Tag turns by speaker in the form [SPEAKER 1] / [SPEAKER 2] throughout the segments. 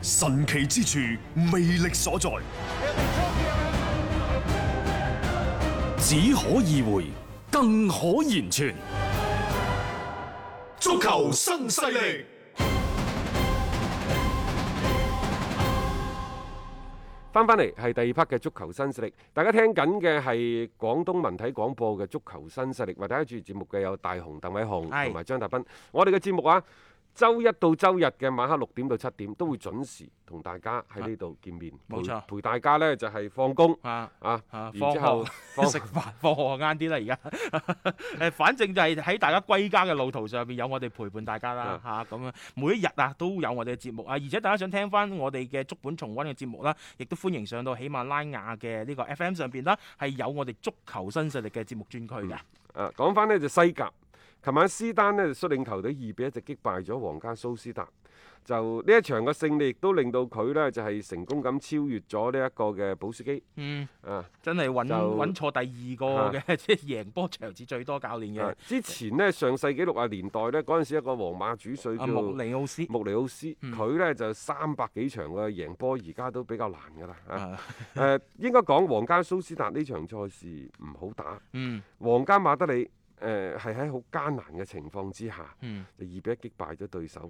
[SPEAKER 1] 神奇之處，魅力所在，
[SPEAKER 2] 只可意會，更可言傳。
[SPEAKER 1] 足球新勢力。
[SPEAKER 3] 翻翻嚟係第二 part 嘅足球新勢力，大家聽緊嘅係廣東文體廣播嘅足球新勢力，為大家主持節目嘅有大雄、鄧偉雄同埋張達斌。我哋嘅節目啊，周一到周日嘅晚黑六點到七點都會準時同大家喺呢度見面，
[SPEAKER 4] 冇錯
[SPEAKER 3] 陪陪大家呢就係放工
[SPEAKER 4] 啊
[SPEAKER 3] 啊，
[SPEAKER 4] 啊
[SPEAKER 3] 然，之後
[SPEAKER 4] 放
[SPEAKER 3] 放
[SPEAKER 4] 學食飯， 放學晏啲啦，而家誒， 反正就係喺大家歸家嘅路途上邊有我哋陪伴大家啦嚇，咁啊每一日啊都有我哋嘅節目啊，而且大家想聽翻我哋嘅足本重温嘅節目啦，亦都歡迎上到喜馬拉雅嘅呢個 FM 上邊啦，係有我哋足球新勢力嘅節目專區嘅，
[SPEAKER 3] 啊，講翻呢就西甲，琴晚斯丹呢就率領球隊二比一直擊敗咗皇家蘇斯達。就呢一場嘅勝利，亦都令到佢呢就係、成功咁超越咗呢一個嘅保斯基
[SPEAKER 4] 嗯，
[SPEAKER 3] 啊。
[SPEAKER 4] 真係揾
[SPEAKER 3] 就
[SPEAKER 4] 揾錯第二個嘅，即 係贏波場次最多教練
[SPEAKER 3] 啊
[SPEAKER 4] 嘅
[SPEAKER 3] 之前呢，上世紀六啊年代呢，嗰陣時一個皇馬主帥
[SPEAKER 4] 阿
[SPEAKER 3] 叫
[SPEAKER 4] 穆啊里嗯奧斯，
[SPEAKER 3] 穆尼奧斯，佢呢就三百幾場嘅贏波，而家都比較難㗎啦。啊
[SPEAKER 4] 啊
[SPEAKER 3] 誒、應該講皇家蘇斯達呢場賽事唔好打，
[SPEAKER 4] 嗯
[SPEAKER 3] 皇家馬德里誒係喺好艱難嘅情況之下，
[SPEAKER 4] 嗯
[SPEAKER 3] 就二比一擊敗咗對手。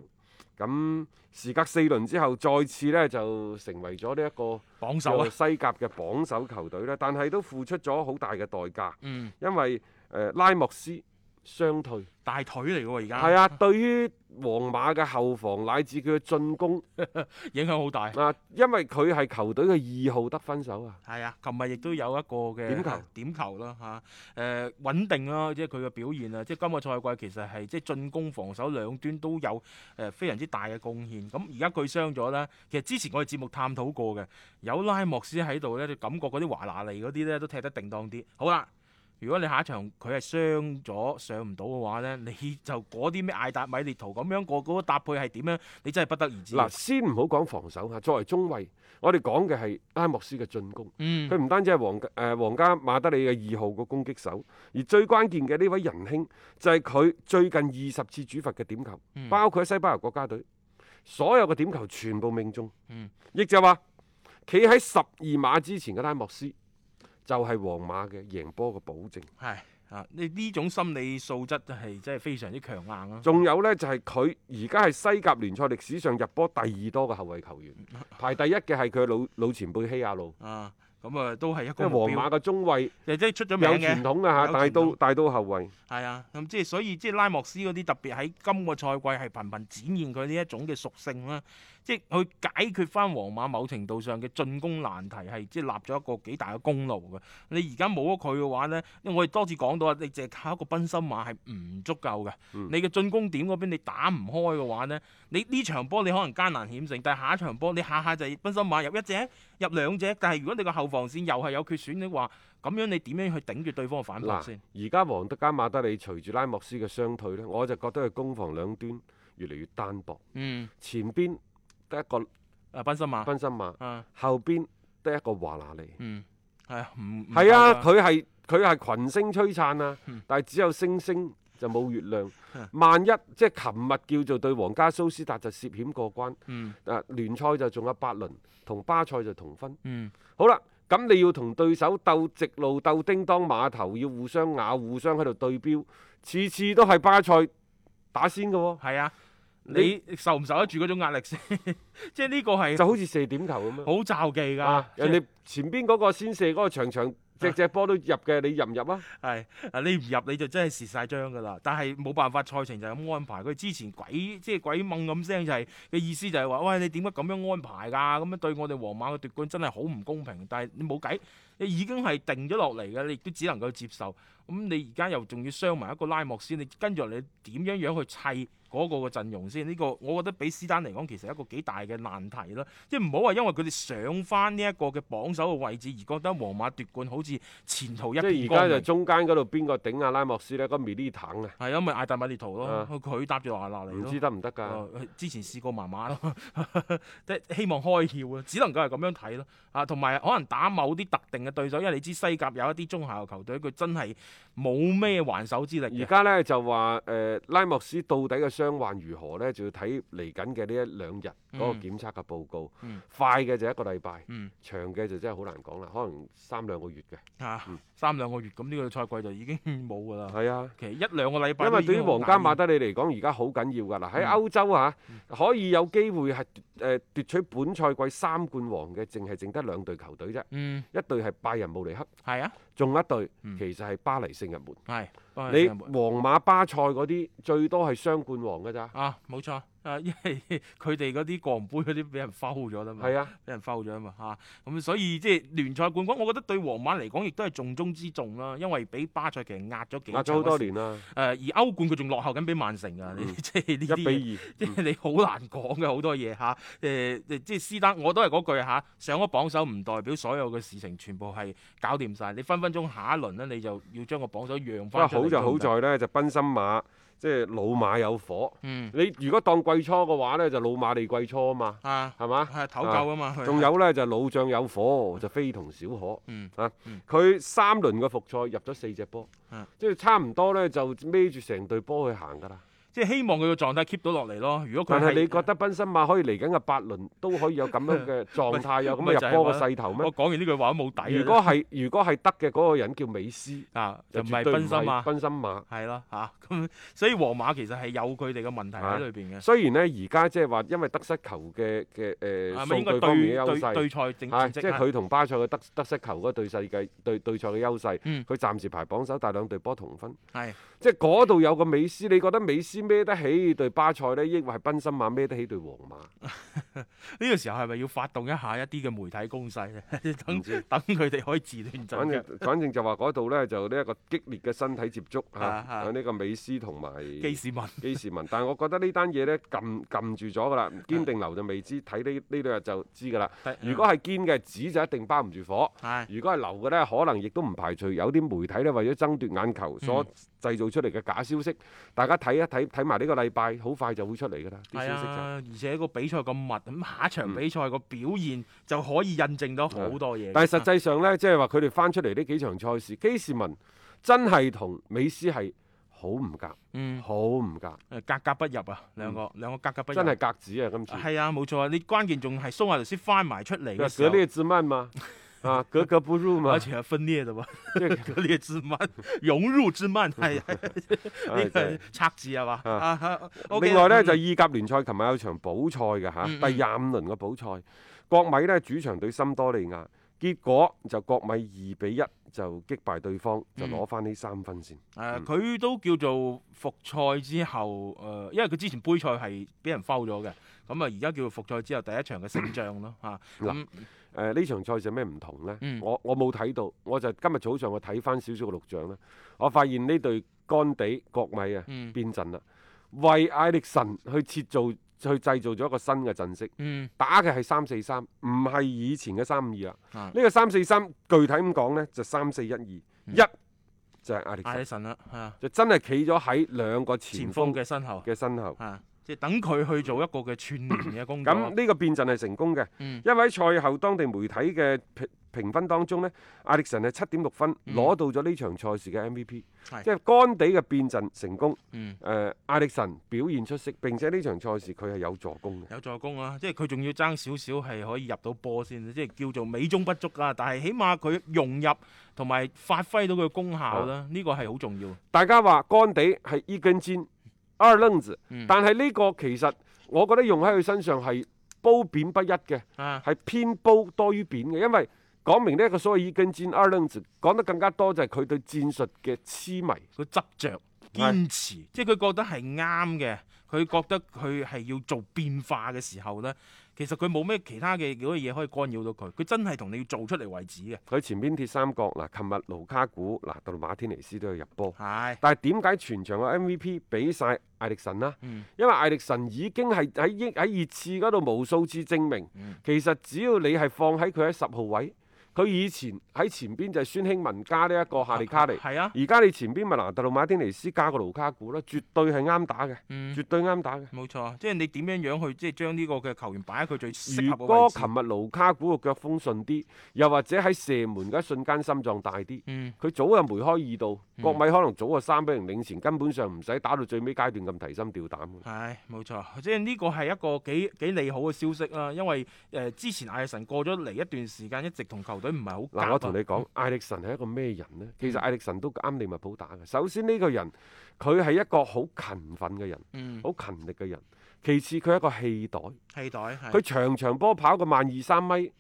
[SPEAKER 3] 咁時隔四輪之後，再次呢就成為咗呢一個
[SPEAKER 4] 榜首啊，
[SPEAKER 3] 西甲嘅榜首球隊啦，但係都付出咗好大嘅代價，
[SPEAKER 4] 嗯
[SPEAKER 3] 因為誒、拉莫斯傷退。
[SPEAKER 4] 大腿嚟嘅喎而家，
[SPEAKER 3] 係啊，對於皇馬嘅後防乃至佢嘅進攻
[SPEAKER 4] 影響好大。
[SPEAKER 3] 啊，因為佢係球隊嘅二號得分手啊，
[SPEAKER 4] 係啊，琴日亦都有一個嘅
[SPEAKER 3] 點球
[SPEAKER 4] 點球啦嚇，誒、穩定啦，即係佢嘅表現啊，即係今個賽季其實係即係進攻、防守兩端都有誒、非常之大嘅貢獻。咁而家佢傷咗咧，其實之前我哋節目探討過嘅，有拉莫斯喺度咧，就感覺嗰啲華拿利嗰啲咧都踢得定當啲。好啦。如果你下一場佢係傷咗上唔到嘅話咧，你就嗰啲咩艾達米列圖咁樣個嗰個搭配係點樣，你真係不得而知。啊
[SPEAKER 3] 嗱，，先唔好講防守啊，作為中衞，我哋講嘅係拉莫斯嘅進攻。
[SPEAKER 4] 嗯
[SPEAKER 3] 佢，唔單止係皇誒皇家馬德里嘅二號個攻擊手，而最關鍵嘅呢位仁兄就係佢最近二十次主罰嘅點球，
[SPEAKER 4] 嗯
[SPEAKER 3] 包括喺西班牙國家隊，所有嘅點球全部命中
[SPEAKER 4] 嗯。
[SPEAKER 3] 亦就話，企喺十二碼之前嘅拉莫斯就係皇馬嘅贏波嘅保證。
[SPEAKER 4] 係啊，呢呢種心理素質係真係非常之強硬啊！
[SPEAKER 3] 仲有呢，就係佢而家係西甲聯賽歷史上入波第二多嘅後衞球員，
[SPEAKER 4] 嗯
[SPEAKER 3] 排第一嘅係佢老老前輩希亞路，
[SPEAKER 4] 啊，咁啊都係一
[SPEAKER 3] 因為
[SPEAKER 4] 個目
[SPEAKER 3] 皇
[SPEAKER 4] 標，
[SPEAKER 3] 馬嘅中衞
[SPEAKER 4] 誒即係出咗
[SPEAKER 3] 有
[SPEAKER 4] 名
[SPEAKER 3] 傳
[SPEAKER 4] 嘅，
[SPEAKER 3] 統嘅嚇，
[SPEAKER 4] 有
[SPEAKER 3] 大
[SPEAKER 4] 傳
[SPEAKER 3] 刀
[SPEAKER 4] 統
[SPEAKER 3] 大刀後衞。
[SPEAKER 4] 係啊，咁即係所以即係拉莫斯嗰啲特別喺今個賽季係頻頻展現佢呢一種嘅屬性啦，即係去解決翻皇馬某程度上嘅進攻難題係即係立咗一個幾大嘅功勞嘅。你而家冇咗佢嘅話呢，因為我哋多次講到啊，你淨係靠一個賓森馬係唔足夠嘅，
[SPEAKER 3] 嗯
[SPEAKER 4] 你嘅進攻點嗰邊你打唔開嘅話呢，你呢場波你可能艱難險勝，但係下一場波你下下就係賓森馬入一隻入兩隻，但係如果你個後防線又係有缺損嘅話，咁樣你點樣去頂住對方嘅反撲
[SPEAKER 3] 嗱
[SPEAKER 4] 先？，
[SPEAKER 3] 而家皇德加馬德里隨住拉莫斯嘅傷退呢，我就覺得佢攻防兩端越嚟越單薄。
[SPEAKER 4] 嗯，
[SPEAKER 3] 前邊得一個
[SPEAKER 4] 啊賓森馬。
[SPEAKER 3] 賓森馬，
[SPEAKER 4] 啊，
[SPEAKER 3] 後邊得一個華拿利。
[SPEAKER 4] 嗯，系啊，唔唔
[SPEAKER 3] 係啊，
[SPEAKER 4] 夠㗎
[SPEAKER 3] 佢係佢係群星璀璨啊
[SPEAKER 4] 嗯，
[SPEAKER 3] 但係只有星星就冇月亮
[SPEAKER 4] 嗯。
[SPEAKER 3] 萬一即係琴日叫做對皇家蘇斯達就涉險過關，
[SPEAKER 4] 嗯
[SPEAKER 3] 啊聯賽就仲有八輪，同巴塞就同分。
[SPEAKER 4] 嗯
[SPEAKER 3] 好啦，咁你要同對手鬥直路、鬥叮當碼頭，要互相咬、互相喺度對標，次次都係巴塞打先嘅喎、
[SPEAKER 4] 係啊，你受唔受得住嗰種壓力先？ 即係呢個係
[SPEAKER 3] 就好似射點球咁樣。
[SPEAKER 4] 好罩忌㗎。
[SPEAKER 3] 啊！人
[SPEAKER 4] 即係啊
[SPEAKER 3] 哋前邊嗰個先射嗰個長長隻隻波都入嘅，你入唔入啊？
[SPEAKER 4] 係啊，你唔入你就真係蝕晒張㗎啦。但係冇辦法，賽程就係咁安排。佢之前鬼即係鬼掹咁聲就係、嘅意思就係話，喂你點解咁樣安排㗎？咁樣對我哋皇馬嘅奪冠真係好唔公平。但係你冇計，你已經係定咗落嚟嘅，你亦都只能夠接受。咁你而家又仲要傷埋一個拉莫斯，你跟住落嚟你點樣樣去砌？嗰個嘅陣容先，呢、個我覺得比斯丹嚟講，其實係一個幾大嘅難題啦。即係唔好話因為佢哋上翻呢一個嘅榜首嘅位置，而覺得皇馬奪冠好似前途一
[SPEAKER 3] 即
[SPEAKER 4] 片
[SPEAKER 3] 係
[SPEAKER 4] 光
[SPEAKER 3] 而家
[SPEAKER 4] 明
[SPEAKER 3] 就。中間嗰度邊個頂阿啊拉莫斯呢？嗰米利坦啊，
[SPEAKER 4] 係啊，咪艾達米列圖咯
[SPEAKER 3] 啊，
[SPEAKER 4] 佢搭住華納嚟
[SPEAKER 3] 唔
[SPEAKER 4] 咯哦
[SPEAKER 3] 知。得唔得㗎？
[SPEAKER 4] 誒之前試過麻麻咯， 即係希望開竅啊，只能夠係咁樣睇咯。啊，同埋可能打某啲特定嘅對手，因為你知西甲有一啲中下游球隊，佢真係冇咩還手之力
[SPEAKER 3] 而
[SPEAKER 4] 嘅。
[SPEAKER 3] 家呢，就話誒、呃拉莫斯到底嘅傷患如何呢？就要睇嚟緊嘅呢一兩日嗰個
[SPEAKER 4] 嗯
[SPEAKER 3] 檢測嘅報告。
[SPEAKER 4] 嗯
[SPEAKER 3] 快嘅就一個禮拜，
[SPEAKER 4] 嗯
[SPEAKER 3] 長嘅就真係好難講啦，可能三兩個月嘅。
[SPEAKER 4] 啊
[SPEAKER 3] 嗯，
[SPEAKER 4] 三兩個月咁呢個賽季就已經冇㗎啦。
[SPEAKER 3] 係啊。
[SPEAKER 4] 其實一兩個禮拜
[SPEAKER 3] 因
[SPEAKER 4] 都
[SPEAKER 3] 為
[SPEAKER 4] 已經
[SPEAKER 3] 對於
[SPEAKER 4] 好難
[SPEAKER 3] 皇
[SPEAKER 4] 嘅，
[SPEAKER 3] 家馬德里嚟講，而家好緊要㗎啦。喺
[SPEAKER 4] 嗯
[SPEAKER 3] 歐洲啊，可以有機會係誒奪取本賽季三冠王嘅，淨係剩得兩隊球隊啫。
[SPEAKER 4] 嗯，
[SPEAKER 3] 一隊係拜仁慕尼黑，
[SPEAKER 4] 係啊，
[SPEAKER 3] 仲有一隊
[SPEAKER 4] 嗯
[SPEAKER 3] 其實係巴黎聖日門。
[SPEAKER 4] 係。
[SPEAKER 3] 你皇馬巴塞嗰啲最多係雙冠王㗎咋？
[SPEAKER 4] 啊，冇錯，啊，因為佢哋嗰啲國王杯嗰啲俾人 foul 咗啦嘛，
[SPEAKER 3] 係啊，
[SPEAKER 4] 俾人 foul 咗啊嘛，嚇、咁所以即係聯賽冠軍，我覺得對皇馬嚟講亦都係重中之重啦，因為俾巴塞其實壓咗幾啊
[SPEAKER 3] 壓咗好多年啦，
[SPEAKER 4] 誒、而歐冠佢仲落後緊俾曼城啊，你 即係呢
[SPEAKER 3] 一
[SPEAKER 4] 啲嘢
[SPEAKER 3] 比二。嗯啊
[SPEAKER 4] 即係你好難講嘅好多嘢嚇，誒、即係斯丹，我都係嗰句嚇、上咗榜首唔代表所有嘅事情全部係搞掂晒。你分分鐘下一輪咧你就要將個榜首讓
[SPEAKER 3] 不過
[SPEAKER 4] 翻。
[SPEAKER 3] 好就好，在呢，就賓森馬即係老馬有火。
[SPEAKER 4] 嗯
[SPEAKER 3] 你如果當季初嘅話呢，就老馬利季初啊嘛，
[SPEAKER 4] 啊，
[SPEAKER 3] 係嘛？
[SPEAKER 4] 係唞夠啊嘛，佢
[SPEAKER 3] 仲有呢，就老將有火，就非同小可。
[SPEAKER 4] 嗯
[SPEAKER 3] 啊
[SPEAKER 4] 嗯，
[SPEAKER 3] 佢三輪嘅復賽入咗四隻波
[SPEAKER 4] 嗯，
[SPEAKER 3] 即係差唔多呢，就孭住成隊波去行㗎啦。
[SPEAKER 4] 即係希望佢嘅狀態 keep 到落嚟咯。如果
[SPEAKER 3] 但
[SPEAKER 4] 佢
[SPEAKER 3] 係你覺得賓森馬可以嚟緊嘅八輪都可以有咁樣 嘅狀態，有咁
[SPEAKER 4] 咪就
[SPEAKER 3] 嘅
[SPEAKER 4] 係
[SPEAKER 3] 入波
[SPEAKER 4] 話
[SPEAKER 3] 嘅勢頭咩
[SPEAKER 4] 我？講完呢句話都冇底啊
[SPEAKER 3] 如果係如果係得嘅嗰個人叫美斯，
[SPEAKER 4] 啊，就唔
[SPEAKER 3] 絕
[SPEAKER 4] 係
[SPEAKER 3] 對
[SPEAKER 4] 奔心啊，
[SPEAKER 3] 賓森馬。
[SPEAKER 4] 係咯嚇咁，所以皇馬其實係有佢哋嘅問題
[SPEAKER 3] 啊
[SPEAKER 4] 喺裏邊嘅。
[SPEAKER 3] 雖然呢，而家即係話因為得失球嘅嘅
[SPEAKER 4] 啊係
[SPEAKER 3] 誒
[SPEAKER 4] 咪應
[SPEAKER 3] 數
[SPEAKER 4] 該
[SPEAKER 3] 據方面嘅優
[SPEAKER 4] 對對對
[SPEAKER 3] 勢，
[SPEAKER 4] 賽正
[SPEAKER 3] 係
[SPEAKER 4] 正
[SPEAKER 3] 即
[SPEAKER 4] 績啊
[SPEAKER 3] 係佢同巴塞嘅得得失球嗰個對勢嘅對對賽嘅優勢，
[SPEAKER 4] 嗯
[SPEAKER 3] 佢暫時排榜首，但係兩隊波同分，
[SPEAKER 4] 係
[SPEAKER 3] 即係嗰度有個美斯，你覺得美斯孭得起對巴塞呢？抑或係賓森馬孭得起對皇馬？
[SPEAKER 4] 呢個時候係咪要發動一下一啲嘅媒體攻勢咧？ 等等佢哋可以自亂陣
[SPEAKER 3] 反
[SPEAKER 4] 腳
[SPEAKER 3] 正。反正就話嗰度呢，就呢一個激烈嘅身體接觸嚇，
[SPEAKER 4] 啊啊
[SPEAKER 3] 啊呢個美斯同埋
[SPEAKER 4] 基士文
[SPEAKER 3] 基士文，但係我覺得呢單嘢呢，撳撳住咗㗎啦，堅定流就未知，睇呢呢兩日就知㗎啦。如果係堅嘅，紙就一定包唔住火；
[SPEAKER 4] 嗯係
[SPEAKER 3] 如果係流嘅呢，可能亦都唔排除有啲媒體呢，為咗爭奪眼球所
[SPEAKER 4] 嗯
[SPEAKER 3] 製造出嚟嘅假消息。大家睇一睇，睇埋呢個禮拜，好快就會出嚟㗎啦。啲
[SPEAKER 4] 係
[SPEAKER 3] 消息就。嗯
[SPEAKER 4] 啊，而且個比賽咁密，咁下一場比賽個表現就可以印證到好多嘢嘅。
[SPEAKER 3] 但係實際上呢，即係話佢哋翻出嚟呢幾場賽事，基士文真係同美斯係好唔夾，
[SPEAKER 4] 嗯
[SPEAKER 3] 好唔夾，
[SPEAKER 4] 誒格格不入啊，兩個兩個格格不入
[SPEAKER 3] 嗯真。係格子啊！今次
[SPEAKER 4] 係啊，冇錯啊！你關鍵仲係蘇亞雷斯翻埋出嚟嘅時
[SPEAKER 3] 格
[SPEAKER 4] 候，
[SPEAKER 3] 列自慢嘛，啊，格格不入 嘛
[SPEAKER 4] 而。且係分裂嘅喎，
[SPEAKER 3] 即 係
[SPEAKER 4] 割裂之慢，融入之 慢，係係呢
[SPEAKER 3] 真係
[SPEAKER 4] 個拆字係嘛？
[SPEAKER 3] 哎啊
[SPEAKER 4] 啊，OK
[SPEAKER 3] 另外呢，
[SPEAKER 4] 嗯
[SPEAKER 3] 就意甲聯賽，琴日有場補賽嘅嚇，
[SPEAKER 4] 嗯嗯
[SPEAKER 3] 第廿五輪嘅補賽，國米呢主場對森多利亞，結果就國米二比一就擊敗對方，就攞翻呢三
[SPEAKER 4] 嗯
[SPEAKER 3] 分先。
[SPEAKER 4] 誒啊佢都叫做復賽之後，誒、因為佢之前杯賽係俾人 foul 咗嘅，咁啊而家叫做復賽之後第一場嘅勝仗咯嚇。
[SPEAKER 3] 嗯嗱
[SPEAKER 4] 咁
[SPEAKER 3] 誒呢場賽事有咩唔同呢？
[SPEAKER 4] 嗯
[SPEAKER 3] 我我冇睇到，我就今日早上我睇翻少少嘅錄像啦，我發現呢隊干地國米啊
[SPEAKER 4] 嗯
[SPEAKER 3] 變陣啦，為艾力神去設造。去製造咗一個新嘅陣式，
[SPEAKER 4] 嗯
[SPEAKER 3] 打嘅係三四三，唔係以前嘅三五二啦。
[SPEAKER 4] 啊
[SPEAKER 3] 呢個三四三具體咁講呢，就三四一二，一就係嗯艾力
[SPEAKER 4] 艾
[SPEAKER 3] 神
[SPEAKER 4] 力神啦嚇，啊
[SPEAKER 3] 就真係企咗喺兩個
[SPEAKER 4] 前
[SPEAKER 3] 前
[SPEAKER 4] 鋒
[SPEAKER 3] 鋒
[SPEAKER 4] 嘅身後
[SPEAKER 3] 嘅身後。
[SPEAKER 4] 啊，即係等佢去做一個嘅串聯嘅工作。
[SPEAKER 3] 咁呢個變陣係成功嘅，
[SPEAKER 4] 嗯
[SPEAKER 3] 因為喺賽後當地媒體嘅評評分當中呢，艾力神係七點六分，攞到咗呢場賽事嘅 MVP，
[SPEAKER 4] 係
[SPEAKER 3] 嗯即係干地嘅變陣成功。
[SPEAKER 4] 嗯
[SPEAKER 3] 誒，艾力神表現出色，並且呢場賽事佢係有助攻嘅。
[SPEAKER 4] 有助攻啊！即係佢仲要爭少少係可以入到波先，即係叫做美中不足啦。但係起碼佢融入同埋發揮到佢嘅功效啦，呢個係好重要。
[SPEAKER 3] 大家話干地係伊根尖，阿爾楞子
[SPEAKER 4] 嗯。
[SPEAKER 3] 但係呢個其實我覺得用喺佢身上係褒貶不一嘅，
[SPEAKER 4] 啊，
[SPEAKER 3] 係偏褒多於貶嘅，因為講明呢一個所謂已經戰阿爾楞子講得更加多就係佢對戰術嘅痴迷。
[SPEAKER 4] 佢執着
[SPEAKER 3] 係
[SPEAKER 4] 堅持，即係佢覺得係啱嘅，佢覺得佢係要做變化嘅時候呢，其實佢冇咩其他嘅嗰啲嘢可以干擾到佢，佢真係同你要做出嚟為止嘅。
[SPEAKER 3] 佢前邊鐵三角嗱，琴日盧卡古嗱到馬天尼斯都有入波。
[SPEAKER 4] 係，
[SPEAKER 3] 但係點解全場嘅 MVP 俾晒艾力神啦？
[SPEAKER 4] 嗯
[SPEAKER 3] 因為艾力神已經係喺英喺熱刺嗰度無數次證明，
[SPEAKER 4] 嗯
[SPEAKER 3] 其實只要你係放喺佢喺十號位，佢以前喺前邊就係孫興文加呢一個夏利卡尼，
[SPEAKER 4] 係啊，
[SPEAKER 3] 而家你前邊咪拿特魯馬丁尼斯加個盧卡古啦，絕對係啱打嘅，
[SPEAKER 4] 嗯
[SPEAKER 3] 絕對啱打嘅。
[SPEAKER 4] 冇錯，即係你點樣樣去即係將呢個嘅球員擺喺佢最適
[SPEAKER 3] 如
[SPEAKER 4] 合嘅
[SPEAKER 3] 果
[SPEAKER 4] 位
[SPEAKER 3] 琴
[SPEAKER 4] 置。
[SPEAKER 3] 日盧卡古個腳風順啲，又或者喺射門嗰一瞬間心臟大啲，
[SPEAKER 4] 嗯，
[SPEAKER 3] 佢早就梅開二度，國米可能早就三比零領前，根本上唔使打到最尾階段咁提心吊膽。
[SPEAKER 4] 係冇錯，即係呢個係一個幾幾利好嘅消息啦，因為誒、呃之前艾神過咗嚟一段時間，一直同球隊唔係好夾
[SPEAKER 3] 嗱，
[SPEAKER 4] 啊
[SPEAKER 3] 我同你講，艾力神係一個咩人呢？其實艾力神都啱利物浦打嘅。首先呢個人，佢係一個好勤奮嘅人，
[SPEAKER 4] 嗯
[SPEAKER 3] 好勤力嘅人。其次佢係一個氣袋，
[SPEAKER 4] 氣袋係
[SPEAKER 3] 佢長長波跑個萬二三米，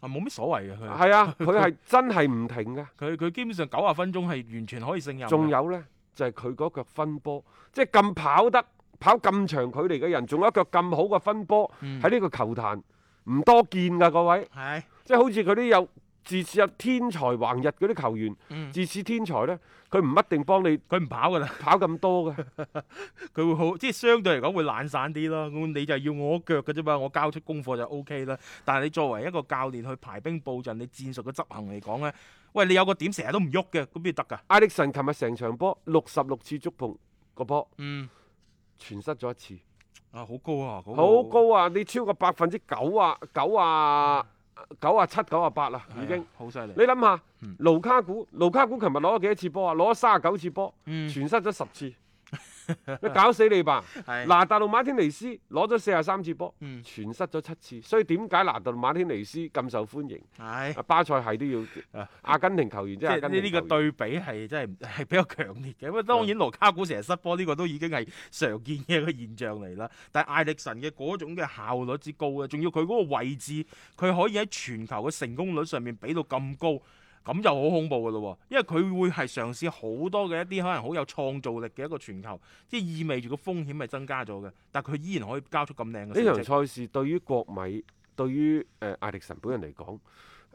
[SPEAKER 4] 啊冇乜所謂嘅佢，
[SPEAKER 3] 係啊，佢係真係唔停嘅。
[SPEAKER 4] 佢佢基本上九十分鐘係完全可以勝任嘅。
[SPEAKER 3] 仲有呢，就係佢嗰腳分波，即係咁跑得跑咁長距離嘅人，仲有一腳咁好嘅分波
[SPEAKER 4] 嗯
[SPEAKER 3] 喺呢個球壇唔多見㗎，各位。
[SPEAKER 4] 係
[SPEAKER 3] 即係好似佢啲有自恃有天才橫溢嗰啲球員，
[SPEAKER 4] 嗯
[SPEAKER 3] 自恃天才呢，佢唔一定幫你
[SPEAKER 4] 佢唔跑㗎啦，
[SPEAKER 3] 跑咁多
[SPEAKER 4] 嗯
[SPEAKER 3] 嘅。
[SPEAKER 4] 佢會好即係相對嚟講會懶散啲咯。咁你就係要我腳嘅啫嘛，我交出功課就 O K 啦。但係你作為一個教練去排兵布陣，你戰術嘅執行嚟講呢，喂你有個點成日都唔喐嘅，咁邊得㗎？
[SPEAKER 3] 艾力神琴日成場波六十六次觸碰個波，
[SPEAKER 4] 嗯
[SPEAKER 3] 全失咗一次，
[SPEAKER 4] 啊好高啊，嗰個
[SPEAKER 3] 好高啊！你超過百分之九啊九啊九啊七九啊八啦，已
[SPEAKER 4] 係
[SPEAKER 3] 經
[SPEAKER 4] 啊。好犀利
[SPEAKER 3] 你。諗下
[SPEAKER 4] 嗯，
[SPEAKER 3] 盧卡古盧卡古琴日攞咗幾多次波啊？攞咗三十九次波，
[SPEAKER 4] 嗯
[SPEAKER 3] 全失咗十 次。你搞死你吧！
[SPEAKER 4] 係
[SPEAKER 3] 嗱，大路馬天尼斯攞咗四十三次波，
[SPEAKER 4] 嗯
[SPEAKER 3] 全失咗七次，所以點解拿大路馬天尼斯咁受歡 迎？
[SPEAKER 4] 係
[SPEAKER 3] 啊，巴塞係都要
[SPEAKER 4] 啊，
[SPEAKER 3] 阿根廷球員
[SPEAKER 4] 即
[SPEAKER 3] 即係阿
[SPEAKER 4] 係
[SPEAKER 3] 根
[SPEAKER 4] 呢
[SPEAKER 3] 廷
[SPEAKER 4] 呢
[SPEAKER 3] 球
[SPEAKER 4] 個
[SPEAKER 3] 員。
[SPEAKER 4] 對比係真係 係比較強烈
[SPEAKER 3] 嗯
[SPEAKER 4] 嘅。咁啊當然羅卡古成日失波呢個都已經係常見嘅一個現象嚟啦。但係艾力神嘅嗰種嘅效率之高咧，啊仲要佢嗰個位置，佢可以喺全球嘅成功率上面俾到咁高。咁就好恐怖噶咯喎，因為佢會係嘗試好多嘅一啲可能好有創造力嘅一個傳球，即係意味住個風險係增加咗嘅，但係佢依然可以交出咁靚嘅成
[SPEAKER 3] 呢場
[SPEAKER 4] 績。
[SPEAKER 3] 賽事對於國米、對於誒艾力神本人嚟講，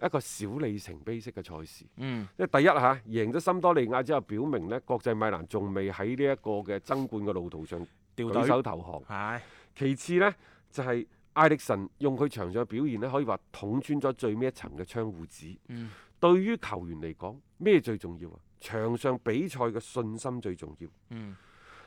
[SPEAKER 3] 一個小里程碑式嘅賽事。
[SPEAKER 4] 嗯，
[SPEAKER 3] 即係第一嚇，贏咗森多利亞之後，表明呢國際米蘭仲未喺呢一個嘅爭冠嘅路途上
[SPEAKER 4] 掉
[SPEAKER 3] 舉
[SPEAKER 4] 隊
[SPEAKER 3] 手投降。
[SPEAKER 4] 係
[SPEAKER 3] 其次呢，就係、艾力神用佢場上嘅表現呢，可以話捅穿咗最尾一層嘅窗戶紙。
[SPEAKER 4] 嗯
[SPEAKER 3] 對於球員嚟講，咩最重要啊？場上比賽嘅信心最重要。
[SPEAKER 4] 嗯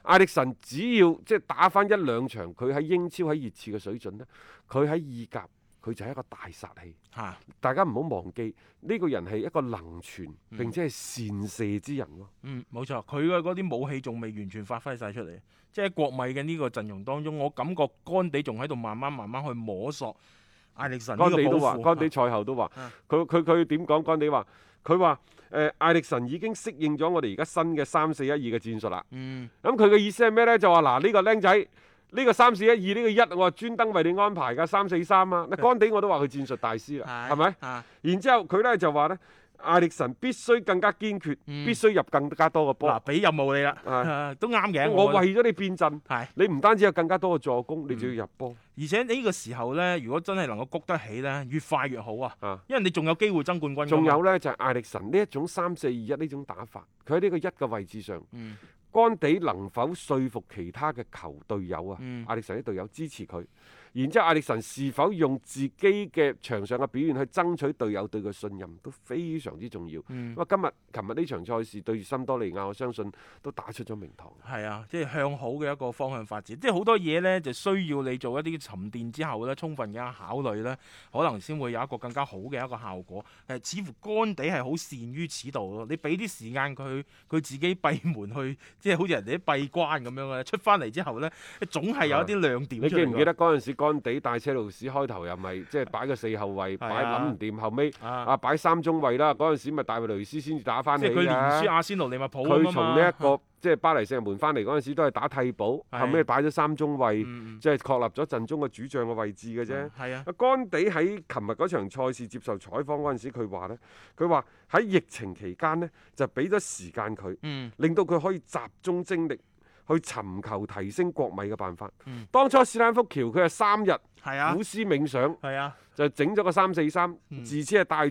[SPEAKER 3] 艾力神只要即係打翻一兩場，佢喺英超喺熱刺嘅水準呢，佢喺意甲佢就係一個大殺器。
[SPEAKER 4] 嚇
[SPEAKER 3] 大家唔好忘記呢、個人係一個能傳並且係善射之人喎。
[SPEAKER 4] 嗯，冇錯，佢嘅嗰啲武器仲未完全發揮晒出嚟，即係國米嘅呢個陣容當中，我感覺干地仲喺度慢慢慢慢去摸索艾力神呢
[SPEAKER 3] 干
[SPEAKER 4] 個
[SPEAKER 3] 地
[SPEAKER 4] 抱
[SPEAKER 3] 都話，
[SPEAKER 4] 負
[SPEAKER 3] 干地賽後都話
[SPEAKER 4] 啊，
[SPEAKER 3] 佢佢佢點講？干地話，佢話誒艾力神已經適應咗我哋而家新嘅三四一二嘅戰術啦。
[SPEAKER 4] 嗯
[SPEAKER 3] 咁佢嘅意思係咩呢？就話嗱呢個僆仔。呢個三四一二呢個一，我係專登為你安排㗎三四三啊！嗱，干地我都話佢戰術大師啦，
[SPEAKER 4] 嗯係
[SPEAKER 3] 係咪？
[SPEAKER 4] 啊
[SPEAKER 3] 然之後佢呢就話呢，艾力神必須更加堅決，
[SPEAKER 4] 嗯
[SPEAKER 3] 必須入更加多
[SPEAKER 4] 嗱
[SPEAKER 3] 嘅波。
[SPEAKER 4] 俾任務你啦，
[SPEAKER 3] 係
[SPEAKER 4] 啊 都啱嘅，
[SPEAKER 3] 我
[SPEAKER 4] 覺得
[SPEAKER 3] 為咗你變陣，
[SPEAKER 4] 係。嗯
[SPEAKER 3] 你唔單止有更加多嘅助攻，你仲要入波。
[SPEAKER 4] 而且呢個時候呢，如果真係能夠谷得起呢，越快越好啊！
[SPEAKER 3] 啊
[SPEAKER 4] 因為你仲有機會爭冠軍㗎嘛。
[SPEAKER 3] 仲有呢，就係艾力神呢一種三四二一呢種打法，佢喺呢個一嘅位置上，
[SPEAKER 4] 嗯
[SPEAKER 3] 干地能否說服其他嘅球隊友啊
[SPEAKER 4] 嗯？
[SPEAKER 3] 艾力神啲隊友支持佢，然之後艾力神是否用自己嘅場上嘅表現去爭取隊友對佢信任，都非常之重要。
[SPEAKER 4] 嗯
[SPEAKER 3] 咁啊，今日、琴日呢場賽事對住森多利亞，我相信都打出咗名堂。
[SPEAKER 4] 係啊，即係向好嘅一個方向發展，即係好多嘢呢，就需要你做一啲沉澱之後呢，充分嘅考慮呢，可能先會有一個更加好嘅一個效果。誒、似乎乾地係好善於此道咯。你俾啲時間佢，佢自己閉門去，即係好似人哋啲閉關咁樣嘅，出翻嚟之後呢，總係有一啲亮點
[SPEAKER 3] 啊你
[SPEAKER 4] 出
[SPEAKER 3] 記
[SPEAKER 4] 嚟㗎。
[SPEAKER 3] 唔記得嗰陣時，干干地帶車路士開頭又咪即係擺個四後衞，
[SPEAKER 4] 係
[SPEAKER 3] 擺
[SPEAKER 4] 啊
[SPEAKER 3] 諗唔掂，後尾
[SPEAKER 4] 啊
[SPEAKER 3] 啊擺三中衞啦，嗰陣時咪大衛雷斯先至打翻
[SPEAKER 4] 即
[SPEAKER 3] 起
[SPEAKER 4] 係佢連輸
[SPEAKER 3] 嘅。
[SPEAKER 4] 阿仙奴、利物浦咁
[SPEAKER 3] 啊佢
[SPEAKER 4] 啊
[SPEAKER 3] 從
[SPEAKER 4] 嘛
[SPEAKER 3] 呢一個 即係巴黎聖日門翻嚟嗰陣時都係打替補，
[SPEAKER 4] 係
[SPEAKER 3] 後尾擺咗三中衞，
[SPEAKER 4] 嗯嗯
[SPEAKER 3] 即係確立咗陣中嘅主將嘅位置嘅啫。
[SPEAKER 4] 係啊，
[SPEAKER 3] 阿甘地喺琴日嗰場賽事接受採訪嗰陣時，佢話呢，佢話喺疫情期間呢，就俾咗時間佢，
[SPEAKER 4] 嗯
[SPEAKER 3] 令到佢可以集中精力去尋求提升國米嘅辦法。
[SPEAKER 4] 嗯
[SPEAKER 3] 當初斯坦福橋佢係三日
[SPEAKER 4] 係啊
[SPEAKER 3] 苦，思冥想，
[SPEAKER 4] 係啊，
[SPEAKER 3] 就整咗個三四三
[SPEAKER 4] 嗯，啊
[SPEAKER 3] 自此係帶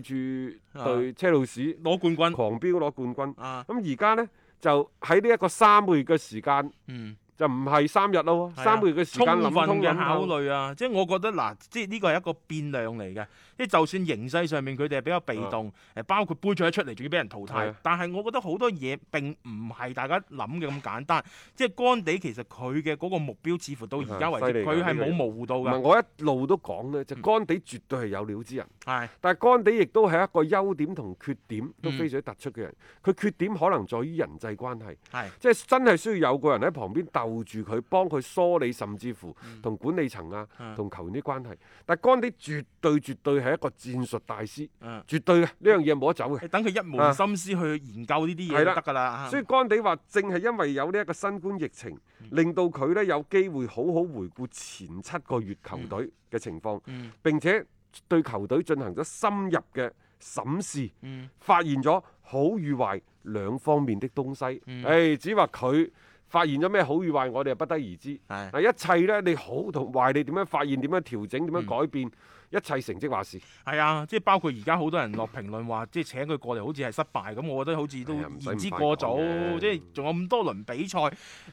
[SPEAKER 3] 住對車路士
[SPEAKER 4] 攞冠軍
[SPEAKER 3] 狂飆攞冠軍。
[SPEAKER 4] 啊，
[SPEAKER 3] 咁而家呢，就喺呢一個三個月嘅時間，
[SPEAKER 4] 嗯。
[SPEAKER 3] 就唔係三日咯
[SPEAKER 4] 係
[SPEAKER 3] 喎，
[SPEAKER 4] 啊
[SPEAKER 3] 三個月嘅時間諗
[SPEAKER 4] 充分
[SPEAKER 3] 通
[SPEAKER 4] 嘅
[SPEAKER 3] 諗
[SPEAKER 4] 考
[SPEAKER 3] 透。
[SPEAKER 4] 慮啊！即係我覺得嗱，即係呢個係一個變量嚟嘅。即係就算形勢上面佢哋係比較被動，誒、包括杯賽一出嚟仲要俾人淘汰
[SPEAKER 3] 啊係啊，
[SPEAKER 4] 但係我覺得好多嘢並唔係大家諗嘅咁簡單。即係干地其實佢嘅嗰個目標，似乎到而家為
[SPEAKER 3] 啊係犀
[SPEAKER 4] 止，
[SPEAKER 3] 利㗎
[SPEAKER 4] 佢係
[SPEAKER 3] 呢個
[SPEAKER 4] 冇
[SPEAKER 3] 人
[SPEAKER 4] 模糊到
[SPEAKER 3] 唔
[SPEAKER 4] 㗎
[SPEAKER 3] 係。我一路都講呢，
[SPEAKER 4] 嗯
[SPEAKER 3] 就干地絕對係有料之人。
[SPEAKER 4] 係
[SPEAKER 3] 但係干地亦都係一個優點同缺點都
[SPEAKER 4] 嗯
[SPEAKER 3] 非常之突出嘅人。佢、缺點可能在於人際關係，
[SPEAKER 4] 係
[SPEAKER 3] 即係真係需要有個人喺旁邊鬥住佢，幫佢梳理，甚至乎同管理層啊
[SPEAKER 4] 嗯、
[SPEAKER 3] 同球員啲關係。但係干地絕對絕對係一個戰術大師，
[SPEAKER 4] 嗯
[SPEAKER 3] 絕對嘅呢樣嘢冇得走嘅。
[SPEAKER 4] 你等佢一門心思去研究呢啲嘢
[SPEAKER 3] 啊
[SPEAKER 4] 就
[SPEAKER 3] 係啦
[SPEAKER 4] 得㗎啦。啊
[SPEAKER 3] 所以干地話，正係因為有呢一個新冠疫情，
[SPEAKER 4] 嗯
[SPEAKER 3] 令到佢呢有機會好好回顧前七個月球隊嘅情況，
[SPEAKER 4] 嗯
[SPEAKER 3] 並且對球隊進行咗深入嘅審視，
[SPEAKER 4] 嗯
[SPEAKER 3] 發現咗好與壞兩方面的東西。誒、
[SPEAKER 4] 嗯
[SPEAKER 3] 只話佢發現咗咩好與壞，我哋係不得而知。
[SPEAKER 4] 係
[SPEAKER 3] 但一切呢，你好同壞，你點樣發現、點樣調整、點
[SPEAKER 4] 嗯
[SPEAKER 3] 樣改變，一切成績話事。
[SPEAKER 4] 係啊，即係包括而家好多人落評論話，即係請佢過嚟好似係失敗咁，我覺得好似都
[SPEAKER 3] 哎呀唔使
[SPEAKER 4] 言之
[SPEAKER 3] 咁快
[SPEAKER 4] 過
[SPEAKER 3] 講
[SPEAKER 4] 早，
[SPEAKER 3] 嘅
[SPEAKER 4] 即係仲有咁多輪比賽。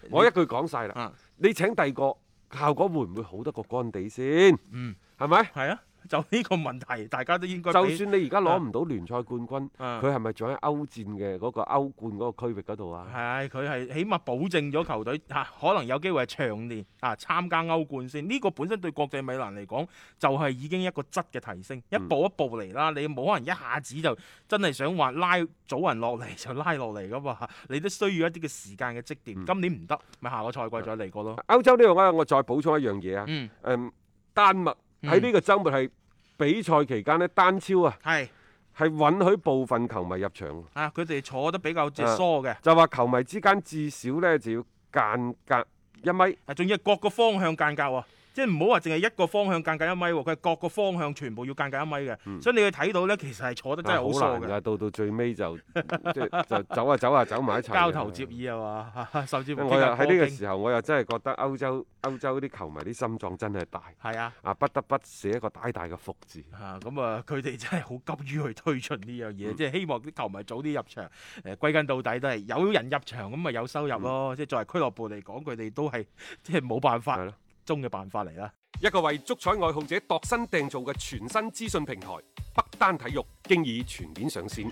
[SPEAKER 3] 我一句講晒啦，
[SPEAKER 4] 啊
[SPEAKER 3] 你請第二個效果會唔會好得過干地先？
[SPEAKER 4] 嗯，
[SPEAKER 3] 係咪？
[SPEAKER 4] 係啊，就呢個問題，大家都應該
[SPEAKER 3] 就
[SPEAKER 4] 俾
[SPEAKER 3] 算你而家攞唔到聯賽冠軍，
[SPEAKER 4] 啊
[SPEAKER 3] 佢係咪仲喺歐戰嘅嗰個歐冠嗰個區域嗰度啊？
[SPEAKER 4] 係佢係起碼保證咗球隊嚇、啊可能有機會係長年啊參加歐冠先。呢、個本身對國際米蘭嚟講就係、已經一個質嘅提升，
[SPEAKER 3] 嗯
[SPEAKER 4] 一步一步嚟啦。你冇可能一下子就真係想話拉早人落嚟就拉落嚟噶嘛，你都需要一啲嘅時間嘅積澱。
[SPEAKER 3] 嗯
[SPEAKER 4] 今年唔得，咪下個賽季再嚟過咯。
[SPEAKER 3] 歐洲呢度啊，我再補充一樣嘢啊，誒、
[SPEAKER 4] 嗯，
[SPEAKER 3] 丹麥喺呢個週末係比賽期間呢，單超啊
[SPEAKER 4] 係
[SPEAKER 3] 係允許部分球迷入場，
[SPEAKER 4] 啊，佢哋坐得比較即係
[SPEAKER 3] 啊
[SPEAKER 4] 疏嘅，
[SPEAKER 3] 就話球迷之間至少呢就要間隔一米。
[SPEAKER 4] 啊，仲要係各個方向間隔喎。即係唔好話淨係一個方向間隔一米喎，佢係各個方向全部要間隔一米嘅，所以你去睇到咧，其實係坐得真係好疏
[SPEAKER 3] 嗯啊難
[SPEAKER 4] 嘅。
[SPEAKER 3] 㗎，到到最尾就 即係就走啊走啊走埋一齊啊。
[SPEAKER 4] 交頭接耳啊嘛， 甚至乎
[SPEAKER 3] 我又喺呢個
[SPEAKER 4] 時
[SPEAKER 3] 時候，我又真係覺得歐洲歐洲啲球迷啲心臟真係大
[SPEAKER 4] 係啊。
[SPEAKER 3] 啊，不得不寫一個大大嘅福字。
[SPEAKER 4] 啊，咁啊，佢哋真係好急於去推進呢樣
[SPEAKER 3] 嗯
[SPEAKER 4] 嘢，即係希望啲球迷早啲入場。誒、歸根到底都係有人入場，咁咪有收入咯。即係作為俱樂部嚟講，佢哋都係即係冇辦
[SPEAKER 3] 嗯係
[SPEAKER 4] 法
[SPEAKER 3] 咯
[SPEAKER 4] 中嘅辦法嚟啦。
[SPEAKER 3] 一個為足彩愛好者度身訂造嘅全新資訊平台北單體育，經已全面上線。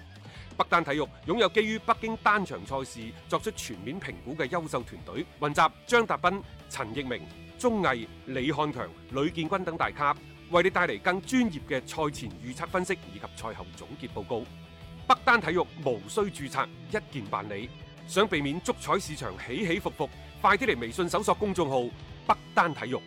[SPEAKER 3] 北單體育擁有基於北京單場賽事作出全面評估嘅優秀團隊，雲集張達斌、陳奕明、鐘毅、李漢強、呂建軍等大咖，為你帶嚟更專業嘅賽前預測分析以及賽後總結報告。北單體育無需註冊，一鍵辦理。想避免足彩市場起起伏伏，快啲嚟微信搜索公眾號北單體育。